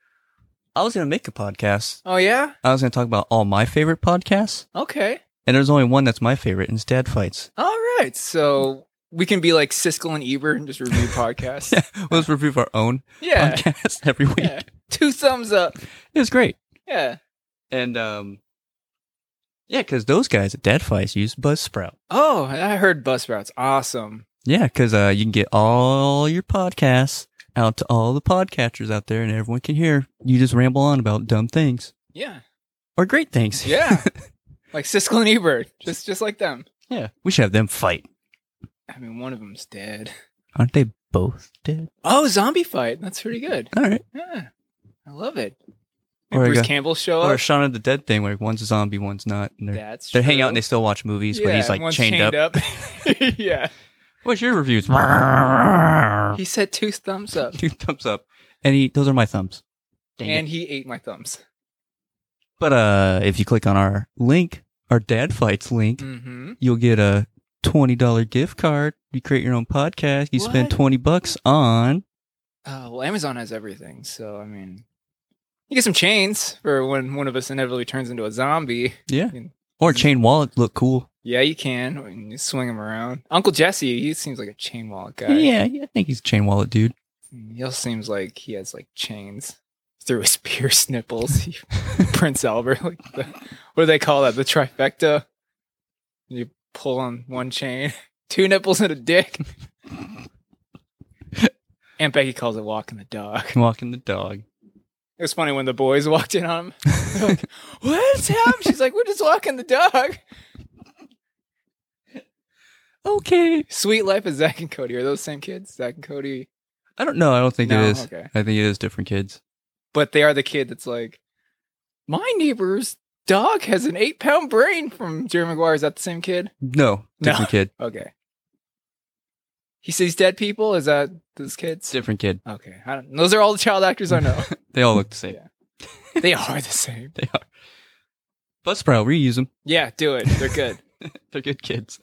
Speaker 4: I was gonna make a podcast.
Speaker 5: Oh yeah.
Speaker 4: I was gonna talk about all my favorite podcasts,
Speaker 5: Okay.
Speaker 4: and there's only one that's my favorite, and it's Dad Fights.
Speaker 5: All right. So we can be like Siskel and Ebert and just review podcasts. yeah.
Speaker 4: Let's review our own podcast every week.
Speaker 5: Yeah. Two thumbs up.
Speaker 4: It was great.
Speaker 5: Yeah.
Speaker 4: And um yeah, because those guys at Dad Fights use Buzzsprout.
Speaker 5: Oh, I heard bus routes. Awesome.
Speaker 4: Yeah, because uh, you can get all your podcasts out to all the podcatchers out there, and everyone can hear you just ramble on about dumb things
Speaker 5: Yeah.
Speaker 4: or great things.
Speaker 5: Yeah. like Siskel and Ebert. Just just like them.
Speaker 4: yeah. We should have them fight.
Speaker 5: I mean, one of them's dead.
Speaker 4: Aren't they both dead?
Speaker 5: Oh, zombie fight. That's pretty good.
Speaker 4: All right.
Speaker 5: Yeah. I love it.
Speaker 4: Or
Speaker 5: And
Speaker 4: I
Speaker 5: Bruce
Speaker 4: got-
Speaker 5: Campbell show
Speaker 4: Or a
Speaker 5: up.
Speaker 4: Shaun of the Dead thing where one's a zombie, one's not, and they're,
Speaker 5: That's
Speaker 4: they hang out
Speaker 5: true.
Speaker 4: and they still watch movies, but he's
Speaker 5: Yeah,
Speaker 4: like
Speaker 5: one's
Speaker 4: chained, up.
Speaker 5: yeah.
Speaker 4: What's your reviews? Two
Speaker 5: He said two thumbs up.
Speaker 4: thumbs up, and he, those are my thumbs. Dang it.
Speaker 5: and he ate my thumbs.
Speaker 4: But uh, if you click on our link, our dad fights link,
Speaker 5: Mm-hmm.
Speaker 4: you'll get a twenty dollar gift card. You create your own podcast. You spend
Speaker 5: What?
Speaker 4: twenty bucks on.
Speaker 5: Uh, well, Amazon has everything, so I mean, you get some chains for when one of us inevitably turns into a zombie.
Speaker 4: Yeah,
Speaker 5: mean,
Speaker 4: or chain wallet look cool.
Speaker 5: Yeah, you can. I mean, You swing him around. Uncle Jesse, he seems like a chain wallet guy.
Speaker 4: Yeah, yeah, I think he's a chain wallet dude.
Speaker 5: he also seems like he has like chains through his pierced nipples. He- Prince Albert, like the, what do they call that? The trifecta. You pull on one chain, two nipples and a dick. Aunt Becky calls it walking the dog.
Speaker 4: Walking the dog.
Speaker 5: It was funny when the boys walked in on him. They're like, What's happening? She's like, We're just walking the dog.
Speaker 4: Okay,
Speaker 5: Sweet Life of Zach and Cody. Are those same kids? Zach and Cody.
Speaker 4: I don't know. I don't think
Speaker 5: No,
Speaker 4: it is.
Speaker 5: okay.
Speaker 4: I think it is different kids.
Speaker 5: But they are the kid that's like, My neighbor's dog has an eight pound brain from Jerry Maguire. Is that the same kid?
Speaker 4: No,
Speaker 5: No.
Speaker 4: different kid.
Speaker 5: Okay. He sees dead people? Is that those kids?
Speaker 4: Different kid.
Speaker 5: Okay. I don't, those are all the child actors I know.
Speaker 4: They all look the same.
Speaker 5: Yeah. they are the same.
Speaker 4: They are. Buzzsprout, reuse them.
Speaker 5: Yeah, do it. They're good.
Speaker 4: They're good kids.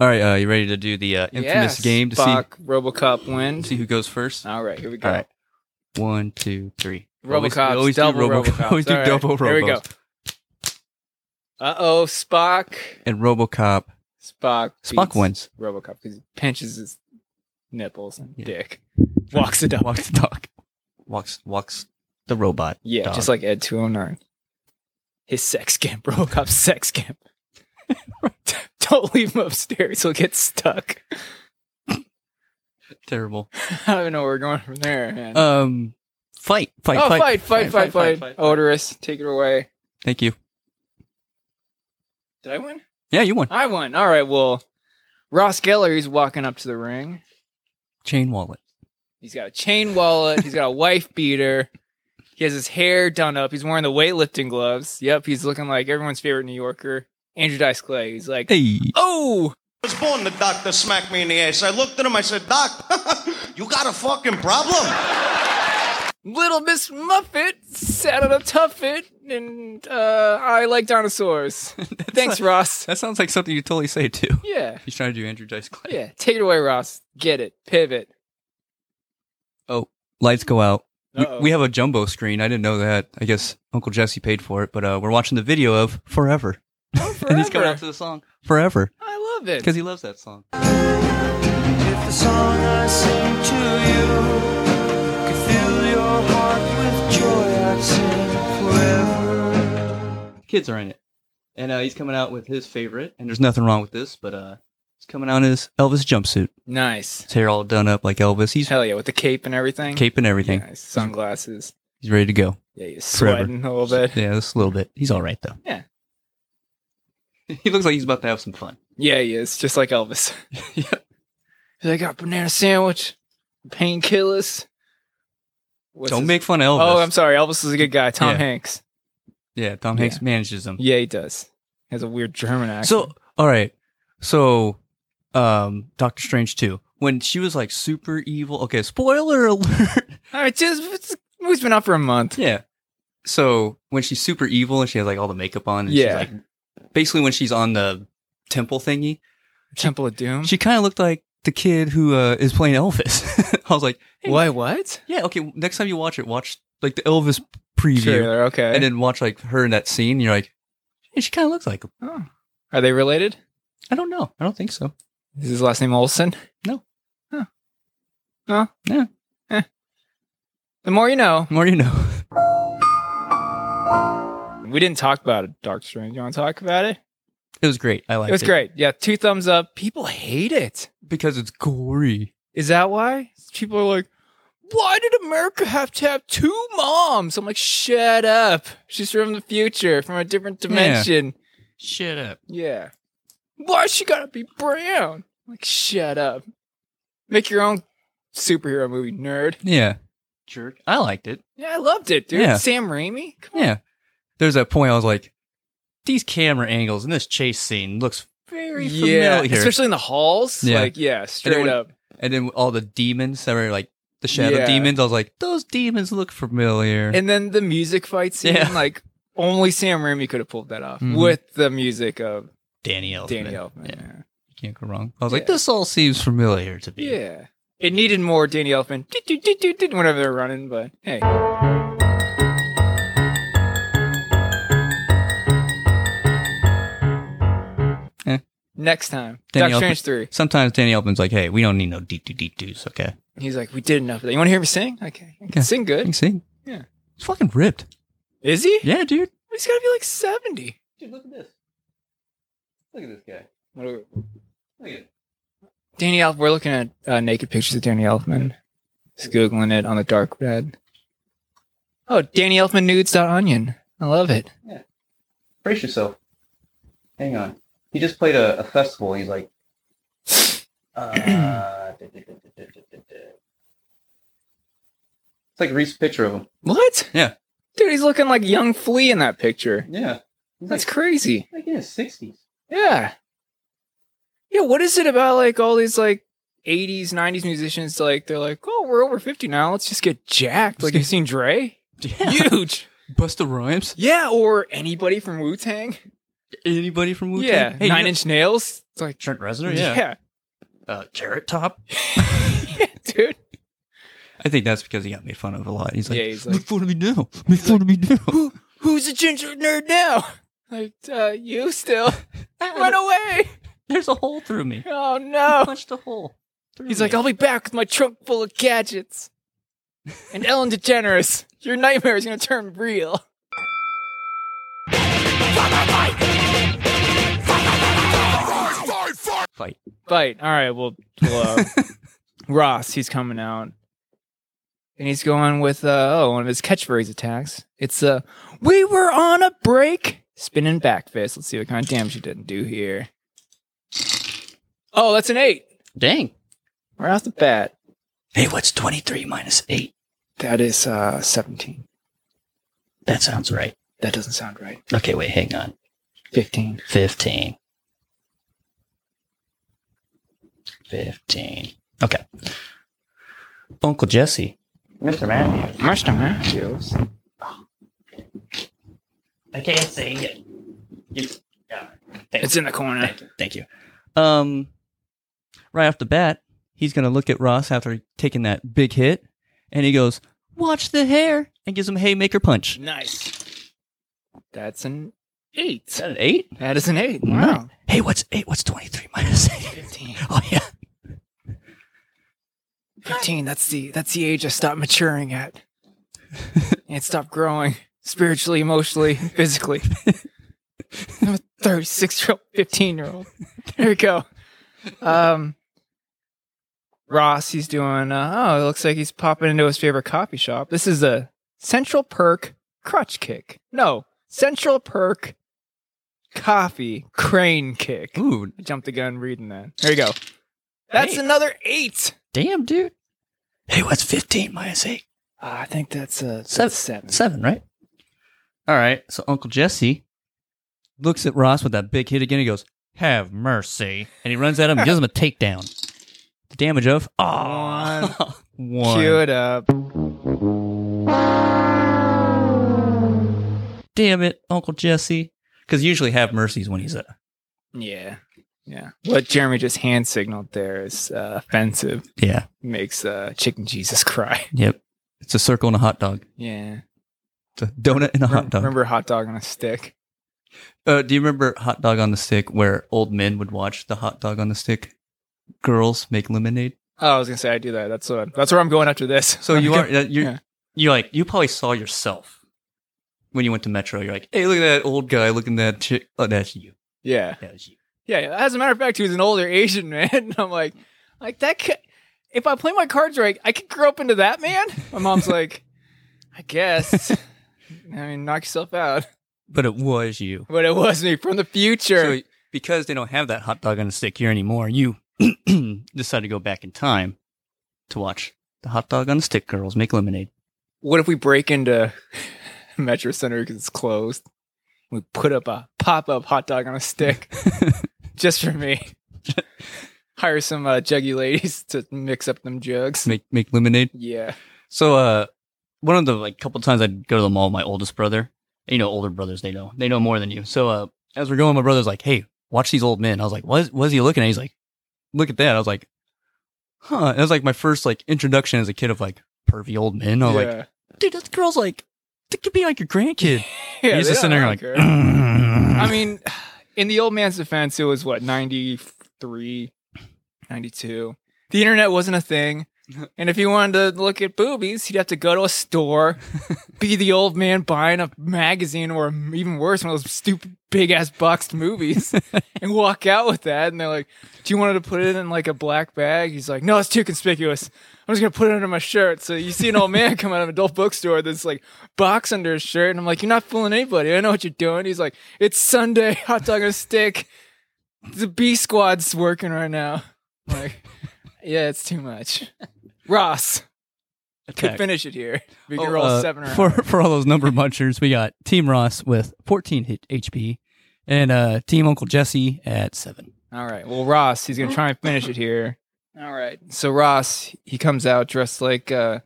Speaker 4: All right, uh, you ready to do the uh, infamous
Speaker 5: Yes,
Speaker 4: game to
Speaker 5: Spock, Robocop
Speaker 4: see
Speaker 5: wins.
Speaker 4: see who goes first?
Speaker 5: All right, here we go.
Speaker 4: All right. One, two, three.
Speaker 5: Robocops,
Speaker 4: Always- we always do
Speaker 5: double
Speaker 4: Robo-
Speaker 5: Robocops.
Speaker 4: Always do
Speaker 5: All right,
Speaker 4: double Robocop.
Speaker 5: here we go. Uh oh, Spock.
Speaker 4: And RoboCop.
Speaker 5: Spock.
Speaker 4: Spock
Speaker 5: beats
Speaker 4: wins.
Speaker 5: Robocop because he pinches his nipples and
Speaker 4: Yeah.
Speaker 5: dick. Walks the dog.
Speaker 4: Walks the dog. Walks walks the robot.
Speaker 5: yeah,
Speaker 4: dog.
Speaker 5: just like Ed 209. His sex camp, Robocop's sex camp. Don't leave him upstairs. He'll get stuck.
Speaker 4: terrible.
Speaker 5: I don't even know where we're going from there. Man.
Speaker 4: Um, fight, fight,
Speaker 5: oh, fight,
Speaker 4: fight.
Speaker 5: fight, fight, fight,
Speaker 4: fight, fight.
Speaker 5: Odorous, take it away.
Speaker 4: Thank you.
Speaker 5: Did I win?
Speaker 4: Yeah, you won.
Speaker 5: I won. All right, well, Ross Geller, he's walking up to the ring.
Speaker 4: Chain wallet.
Speaker 5: He's got a chain wallet. He's got a wife beater. He has his hair done up. He's wearing the weightlifting gloves. Yep, he's looking like everyone's favorite New Yorker, Andrew Dice Clay. He's like,
Speaker 4: Hey,
Speaker 5: oh,
Speaker 10: I was born, the doctor smacked me in the ass. I looked at him, I said, Doc, you got a fucking problem?
Speaker 5: little Miss Muffet sat on a tuffet, and uh, I like dinosaurs. Thanks, Ross.
Speaker 4: that sounds like something you totally say too.
Speaker 5: Yeah,
Speaker 4: He's trying to do Andrew Dice Clay.
Speaker 5: yeah. Take it away, Ross. Get it. Pivot.
Speaker 4: Lights go out. We,
Speaker 5: Uh-oh.
Speaker 4: we have a jumbo screen. I didn't know that. I guess Uncle Jesse paid for it, but uh, we're watching the video of Forever. And he's coming
Speaker 5: Forever.
Speaker 4: out to the song Forever
Speaker 5: I love it.
Speaker 4: because he loves that song.
Speaker 6: If the song I sing to you could fill your heart with joy, I'd sing forever.
Speaker 4: kids are in it. And uh, he's coming out with his favorite, and there's nothing wrong with this, but uh, He's coming on his Elvis jumpsuit.
Speaker 5: Nice.
Speaker 4: His hair all done up like Elvis. He's
Speaker 5: Hell yeah, with the cape and everything.
Speaker 4: cape and everything.
Speaker 5: Nice. Sunglasses.
Speaker 4: He's ready to go.
Speaker 5: Yeah, you're
Speaker 4: Forever.
Speaker 5: sweating a little bit.
Speaker 4: Yeah, just a little bit. He's all right though.
Speaker 5: Yeah.
Speaker 4: He looks like he's about to have some fun.
Speaker 5: Yeah, he is. Just like Elvis.
Speaker 4: yeah.
Speaker 5: He's like, I got banana sandwich, painkillers. What's
Speaker 4: Don't
Speaker 5: his-
Speaker 4: make fun of Elvis.
Speaker 5: Oh, I'm sorry. Elvis is a good guy. Tom
Speaker 4: Yeah.
Speaker 5: Hanks.
Speaker 4: yeah, Tom Hanks manages him.
Speaker 5: Yeah, he does. Has a weird German accent.
Speaker 4: So, all right. So, um, Doctor Strange too. When she was like super evil. Okay, spoiler alert.
Speaker 5: all right, just it's, movie's been out for a month.
Speaker 4: yeah. So when she's super evil and she has like all the makeup on, and
Speaker 5: Yeah.
Speaker 4: She's like, basically when she's on the temple thingy,
Speaker 5: Temple of Doom.
Speaker 4: she kind of looked like the kid who uh, is playing Elvis. I was like, hey,
Speaker 5: Why? What?
Speaker 4: Yeah. Okay. Next time you watch it, watch like the Elvis preview,
Speaker 5: Trailer. Okay.
Speaker 4: and then watch like her in that scene. And you're like, hey, she kind of looks like him.
Speaker 5: Oh. Are they related?
Speaker 4: I don't know. I don't think so.
Speaker 5: Is his last name Olson?
Speaker 4: No.
Speaker 5: Huh. No.
Speaker 4: No.
Speaker 5: Eh. The more you know.
Speaker 4: The more you know.
Speaker 5: We didn't talk about it, Dark Strange. You want to talk about it?
Speaker 4: It was great. I liked
Speaker 5: It was great. Yeah, two thumbs up. People hate it.
Speaker 4: because it's gory.
Speaker 5: Is that why? People are like, why did America have to have two moms? I'm like, shut up. She's from the future, from a different dimension.
Speaker 4: Shut up.
Speaker 5: Yeah. Why she gotta be brown? I'm like, shut up. Make your own superhero movie, nerd.
Speaker 4: Yeah. Jerk. I liked it.
Speaker 5: Yeah, I loved it, dude.
Speaker 4: Yeah.
Speaker 5: Sam Raimi? Come
Speaker 4: Yeah. There's that point I was like, these camera angles in this chase scene looks very
Speaker 5: yeah,
Speaker 4: familiar.
Speaker 5: especially in the halls.
Speaker 4: Yeah.
Speaker 5: Like, yeah, straight
Speaker 4: when-
Speaker 5: up.
Speaker 4: and then all the demons that were like the shadow
Speaker 5: Yeah.
Speaker 4: demons. I was like, those demons look familiar.
Speaker 5: And then the music fight scene,
Speaker 4: Yeah.
Speaker 5: like only Sam Raimi could have pulled that off
Speaker 4: Mhm.
Speaker 5: with the music of
Speaker 4: Danny Elfman.
Speaker 5: Danny Elfman.
Speaker 4: Yeah.
Speaker 5: Yeah.
Speaker 4: You can't go wrong. I was like,
Speaker 5: Yeah.
Speaker 4: this all seems familiar to me.
Speaker 5: Yeah. It needed more Danny Elfman, doot, doot, doot, doot, doot, whenever they're running, but hey.
Speaker 4: Eh.
Speaker 5: Next time,
Speaker 4: Danny
Speaker 5: Doctor
Speaker 4: Elfman.
Speaker 5: Strange 3.
Speaker 4: Sometimes Danny Elfman's like, hey, we don't need no deep doo deep doos. Okay.
Speaker 5: He's like, We did enough of that. You want to hear me sing? Okay. I can
Speaker 4: Okay.
Speaker 5: Sing
Speaker 4: You can
Speaker 5: good.
Speaker 4: sing.
Speaker 5: Yeah.
Speaker 4: It's fucking ripped.
Speaker 5: Is he?
Speaker 4: Yeah, dude.
Speaker 5: He's got to be like 70.
Speaker 4: Dude, look at this. Look at this guy.
Speaker 5: Whatever.
Speaker 4: Look at it.
Speaker 5: Danny Elf. We're looking at uh, naked pictures of Danny Elfman. Just googling it on the dark web. Oh, Danny Elfman nudes. Onion. I love it.
Speaker 4: Brace yourself. Hang on. He just played a, a festival. He's like, uh, it's like Reese's picture of him.
Speaker 5: What?
Speaker 4: Yeah.
Speaker 5: Dude, he's looking like young Flea in that picture.
Speaker 4: Yeah. He's
Speaker 5: That's crazy.
Speaker 4: like in his 60s.
Speaker 5: Yeah. Yeah. What is it about like all these like 80s, 90s musicians? Like they're like, oh, we're over 50 now. Let's just get jacked. Like you've seen Dre.
Speaker 4: Yeah.
Speaker 5: Huge.
Speaker 4: Busta Rhymes?
Speaker 5: Yeah, or anybody from Wu Tang.
Speaker 4: Anybody from Wu-Tang?
Speaker 5: Yeah,
Speaker 4: Hey, you
Speaker 5: Nine
Speaker 4: know-
Speaker 5: Inch Nails. It's like,
Speaker 4: Trent Reznor, yeah.
Speaker 5: yeah,
Speaker 4: Uh, Carrot Top.
Speaker 5: yeah dude.
Speaker 4: I think that's because he got made fun of a lot. He's like,
Speaker 5: Yeah, he's
Speaker 4: make
Speaker 5: like-
Speaker 4: fun of me now. Make fun of me now.
Speaker 5: who who's a ginger nerd now? Like uh, you still run away?
Speaker 4: There's a hole through me.
Speaker 5: Oh no!
Speaker 4: Punched a hole. through
Speaker 5: He's
Speaker 4: me.
Speaker 5: like, "Oh, I'll be back with my trunk full of gadgets. And Ellen DeGeneres, your nightmare is gonna turn real.
Speaker 4: Fight.
Speaker 5: Fight. All right. Well, well, uh, Ross, he's coming out, and he's going with uh, oh one of his catchphrase attacks. It's uh, we were on a break, spinning back fist. Let's see what kind of damage he didn't do here. Oh, that's an eight.
Speaker 4: Dang.
Speaker 5: Right off the bat,
Speaker 4: Hey, what's 23 minus 8?
Speaker 5: that is uh seventeen.
Speaker 4: That sounds right.
Speaker 5: That doesn't sound right.
Speaker 4: Okay, wait, hang on.
Speaker 5: Fifteen.
Speaker 4: 15. 15. Okay. Uncle Jesse. Mr. Matthews.
Speaker 5: Mr. Matthews.
Speaker 4: I can't see it. You- yeah. Thank,
Speaker 5: It's in the corner.
Speaker 4: thank you. Thank you. Um, right off the bat, he's going to look at Ross after taking that big hit, and he goes, Watch the hair, and gives him a haymaker punch.
Speaker 5: Nice. That's an eight.
Speaker 4: Is that an 8?
Speaker 5: That is an eight. Wow.
Speaker 4: Hey, what's 8? What's 23 minus 8?
Speaker 5: Fifteen.
Speaker 4: Oh, yeah.
Speaker 5: 15 that's the that's the age i stopped maturing at and stopped growing spiritually emotionally physically i'm a 36 year old 15 year old there you go Um, Ross, he's doing. Uh, oh, it looks like he's popping into his favorite coffee shop. This is a Central Perk crutch kick. No, Central Perk coffee crane kick.
Speaker 4: Ooh,
Speaker 5: I jumped the gun reading that. There you go. That's another eight.
Speaker 4: damn, dude. Hey, what's 15 minus 8?
Speaker 5: Uh, I think that's a that's
Speaker 4: Seven.
Speaker 5: seven.
Speaker 4: Seven, right? All right. So Uncle Jesse looks at Ross with that big hit again. He goes, "Have mercy!" And he runs at him, and gives him a takedown. The damage of oh, one.
Speaker 5: Cue it up.
Speaker 4: Damn it, Uncle Jesse. Because usually have mercies when he's a
Speaker 5: Yeah. Yeah. What Jeremy just hand signaled there is uh, offensive.
Speaker 4: yeah,
Speaker 5: Makes uh, Chicken Jesus cry.
Speaker 4: yep. It's a circle and a hot dog.
Speaker 5: Yeah.
Speaker 4: It's a donut and a hot dog.
Speaker 5: Remember hot dog on a stick?
Speaker 4: Uh, do you remember Hot Dog on the Stick, where old men would watch the hot dog on the stick? Girls make lemonade.
Speaker 5: Oh, I was gonna say I do that. That's what, that's where I'm going after this.
Speaker 4: So you are you
Speaker 5: Uh, Yeah.
Speaker 4: you like you probably saw yourself when you went to Metro. You're like, hey, look at that old guy looking at that chick. Oh, that's you.
Speaker 5: Yeah.
Speaker 4: That was you.
Speaker 5: Yeah. As a matter of fact, he was an older Asian man. And I'm like, like that could, if I play my cards right, I could grow up into that man. My mom's like, I guess. I mean, knock yourself out.
Speaker 4: But it was you.
Speaker 5: But it was me from the future.
Speaker 4: So because they don't have that hot dog on the stick here anymore, you decide to go back in time to watch the hot dog on the stick girls make lemonade.
Speaker 5: what if we break into Metro Center because it's closed? We put up a pop up hot dog on a stick just for me. Hire some uh, juggy ladies to mix up them jugs.
Speaker 4: Make make lemonade.
Speaker 5: Yeah.
Speaker 4: So uh one of the like couple times I'd go to the mall with my oldest brother. You know, older brothers they know. They know more than you. So uh as we're going, my brother's like, Hey, watch these old men. I was like, What is, what is he looking at? He's like, Look at that. I was like, Huh. That was like my first like introduction as a kid of like pervy old men. I was like,
Speaker 5: yeah.
Speaker 4: dude, that girl's like that could be like your grandkid.
Speaker 5: yeah.
Speaker 4: He's
Speaker 5: they
Speaker 4: just sitting
Speaker 5: don't
Speaker 4: there like
Speaker 5: care. I mean, in the old man's defense, it was what, 93, 92. The internet wasn't a thing. And if he wanted to look at boobies, he'd have to go to a store, be the old man buying a magazine or even worse, one of those stupid big ass boxed movies and walk out with that. And they're like, Do you want to put it in like a black bag? He's like, No, it's too conspicuous. I'm just going to put it under my shirt. So you see an old man come out of an adult bookstore that's like box under his shirt. And I'm like, You're not fooling anybody. I know what you're doing. He's like, It's Sunday, hot dog and a stick. The B squad's working right now. I'm like, yeah, it's too much. Ross, could finish it here. We could
Speaker 4: Oh,
Speaker 5: roll
Speaker 4: uh,
Speaker 5: seven around.
Speaker 4: for for all those number munchers. We got Team Ross with 14 hit HP, and uh, Team Uncle Jesse at seven.
Speaker 5: All right. Well, Ross, he's gonna try and finish it here. All right. So Ross, he comes out dressed like uh,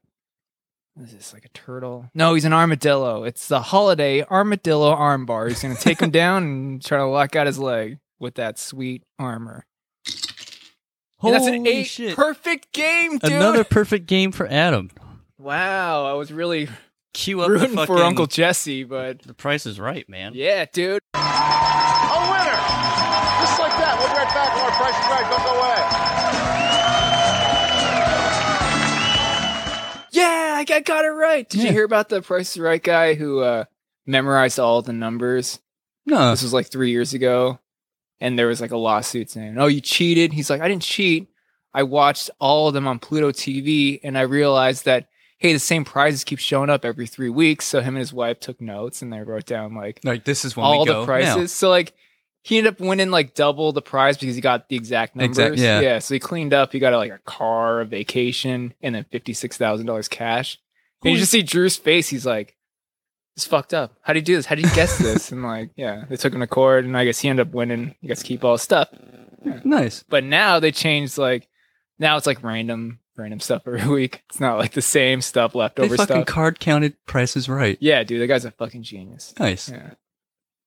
Speaker 5: what is this like a turtle? No, he's an armadillo. It's the holiday armadillo armbar. He's gonna take him down and try to lock out his leg with that sweet armor. And that's an eight. Perfect game, dude.
Speaker 4: Another perfect game for Adam.
Speaker 5: Wow, I was really
Speaker 4: Cue up
Speaker 5: rooting
Speaker 4: the
Speaker 5: for Uncle Jesse, but
Speaker 4: The Price is Right, man.
Speaker 5: yeah, dude.
Speaker 6: A winner! Just like that. We'll be right back. More Price is Right. Don't go away.
Speaker 5: Yeah, I got, got it right. Did
Speaker 4: Yeah.
Speaker 5: you hear about the Price is Right guy who uh, memorized all the numbers?
Speaker 4: No,
Speaker 5: This was like three years ago, and there was like a lawsuit saying, "Oh, you cheated." He's like, "I didn't cheat. I watched all of them on Pluto TV, and I realized that hey, the same prizes keep showing up every three weeks." So him and his wife took notes, and they wrote down like
Speaker 4: like this is when
Speaker 5: all
Speaker 4: we go
Speaker 5: the prices.
Speaker 4: now.
Speaker 5: So like he ended up winning like double the prize because he got the exact numbers.
Speaker 4: Exact- yeah.
Speaker 5: So he cleaned up. He got like a car, a vacation, and then fifty six thousand dollars cash. And you just see Drew's face. He's like, "It's fucked up. How do you do this? How do you guess this?" And like, yeah, they took him to court, and I guess he ended up winning. You guys keep all his stuff.
Speaker 4: Nice.
Speaker 5: But now they changed like now it's like random random stuff every week. It's not like the same stuff
Speaker 4: They
Speaker 5: leftover
Speaker 4: fucking
Speaker 5: stuff.
Speaker 4: card counted Price is Right.
Speaker 5: yeah, dude, that guy's a fucking genius.
Speaker 4: Nice.
Speaker 5: Yeah.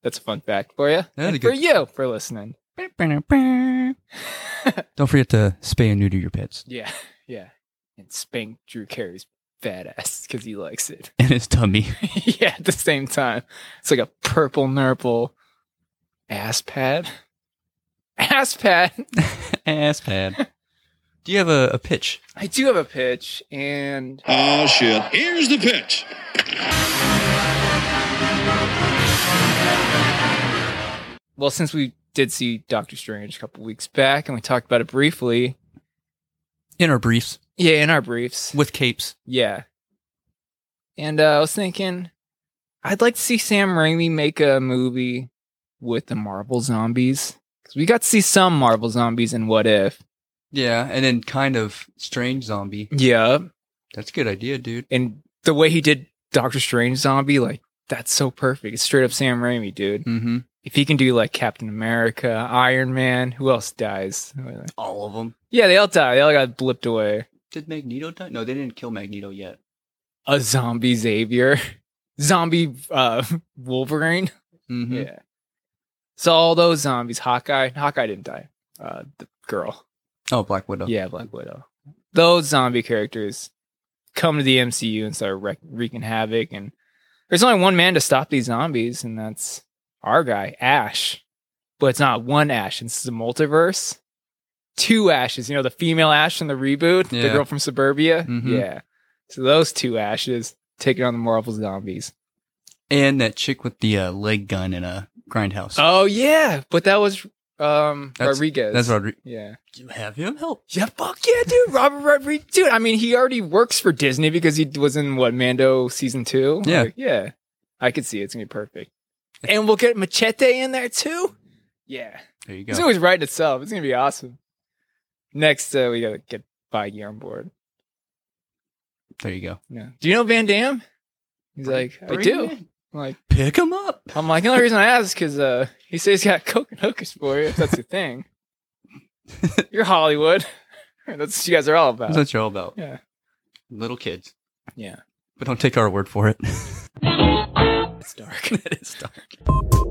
Speaker 5: That's a fun fact for you.
Speaker 4: That'd be
Speaker 5: And for
Speaker 4: good.
Speaker 5: you for listening.
Speaker 4: Don't forget to spay and neuter your pets
Speaker 5: Yeah. Yeah. And spank Drew Carey's fat ass because he likes it.
Speaker 4: and his tummy.
Speaker 5: yeah, at the same time. It's like a purple nurple ass pad. Ass pad.
Speaker 4: Ass pad. Do you have a, a pitch?
Speaker 5: I do have a pitch and
Speaker 7: Oh, shit. Here's the pitch.
Speaker 5: well since we did see Doctor Strange a couple weeks back, and we talked about it briefly.
Speaker 4: in our briefs
Speaker 5: Yeah, in our briefs.
Speaker 4: with capes.
Speaker 5: Yeah. And uh, I was thinking, I'd like to see Sam Raimi make a movie with the Marvel zombies. Because we got to see some Marvel zombies in What If.
Speaker 9: Yeah, and then kind of strange zombie.
Speaker 5: Yeah.
Speaker 9: That's a good idea, dude.
Speaker 5: And the way he did Doctor Strange zombie, like, that's so perfect. It's straight up Sam Raimi, dude.
Speaker 9: Mm-hmm.
Speaker 5: If he can do like Captain America, Iron Man, who else dies?
Speaker 9: All of them.
Speaker 5: Yeah, they all die. They all got blipped away.
Speaker 9: Did Magneto die? No, they didn't kill Magneto yet.
Speaker 5: A zombie Xavier, zombie uh, Wolverine.
Speaker 9: Mm-hmm.
Speaker 5: Yeah. So all those zombies, Hawkeye, Hawkeye didn't die. Uh, the girl.
Speaker 9: Oh, Black Widow.
Speaker 5: Yeah, Black Widow. Those zombie characters come to the MCU and start wreak- wreaking havoc. And there's only one man to stop these zombies, and that's our guy, Ash. But it's not one Ash. It's the multiverse. Two Ashes. You know, the female Ash from the reboot, the
Speaker 9: Yeah.
Speaker 5: girl from Suburbia.
Speaker 9: Mhm.
Speaker 5: Yeah. So those two Ashes taking on the Marvel zombies.
Speaker 4: And that chick with the uh, leg gun in a grindhouse.
Speaker 5: Oh yeah, but that was um
Speaker 9: That's-
Speaker 5: Rodriguez.
Speaker 4: That's Rodri-
Speaker 5: Yeah.
Speaker 4: You have him help.
Speaker 5: Yeah, fuck yeah, dude. Robert Rodriguez, dude. I mean, he already works for Disney because he was in what Mando season two.
Speaker 9: Yeah.
Speaker 5: Like, yeah. I could see it. it's gonna be perfect, and we'll get Machete in there too. Yeah,
Speaker 9: There you
Speaker 5: it's
Speaker 9: go.
Speaker 5: always writing itself. It's gonna be awesome. Next, uh, we gotta get Feige on board.
Speaker 9: There you go.
Speaker 5: No, do you know Van Damme? He's like, I
Speaker 9: Bring
Speaker 5: do.
Speaker 9: him in.
Speaker 5: I'm like,
Speaker 4: Pick him up.
Speaker 9: Uh,
Speaker 5: I'm like, the only reason I ask is because uh, he says he's got coke and hookers for you. If that's the thing, you're Hollywood. that's what you guys are all about.
Speaker 4: That's what you're all about.
Speaker 5: yeah.
Speaker 4: Little kids.
Speaker 5: Yeah.
Speaker 4: But don't take our word for it.
Speaker 5: It's dark.
Speaker 4: That is dark.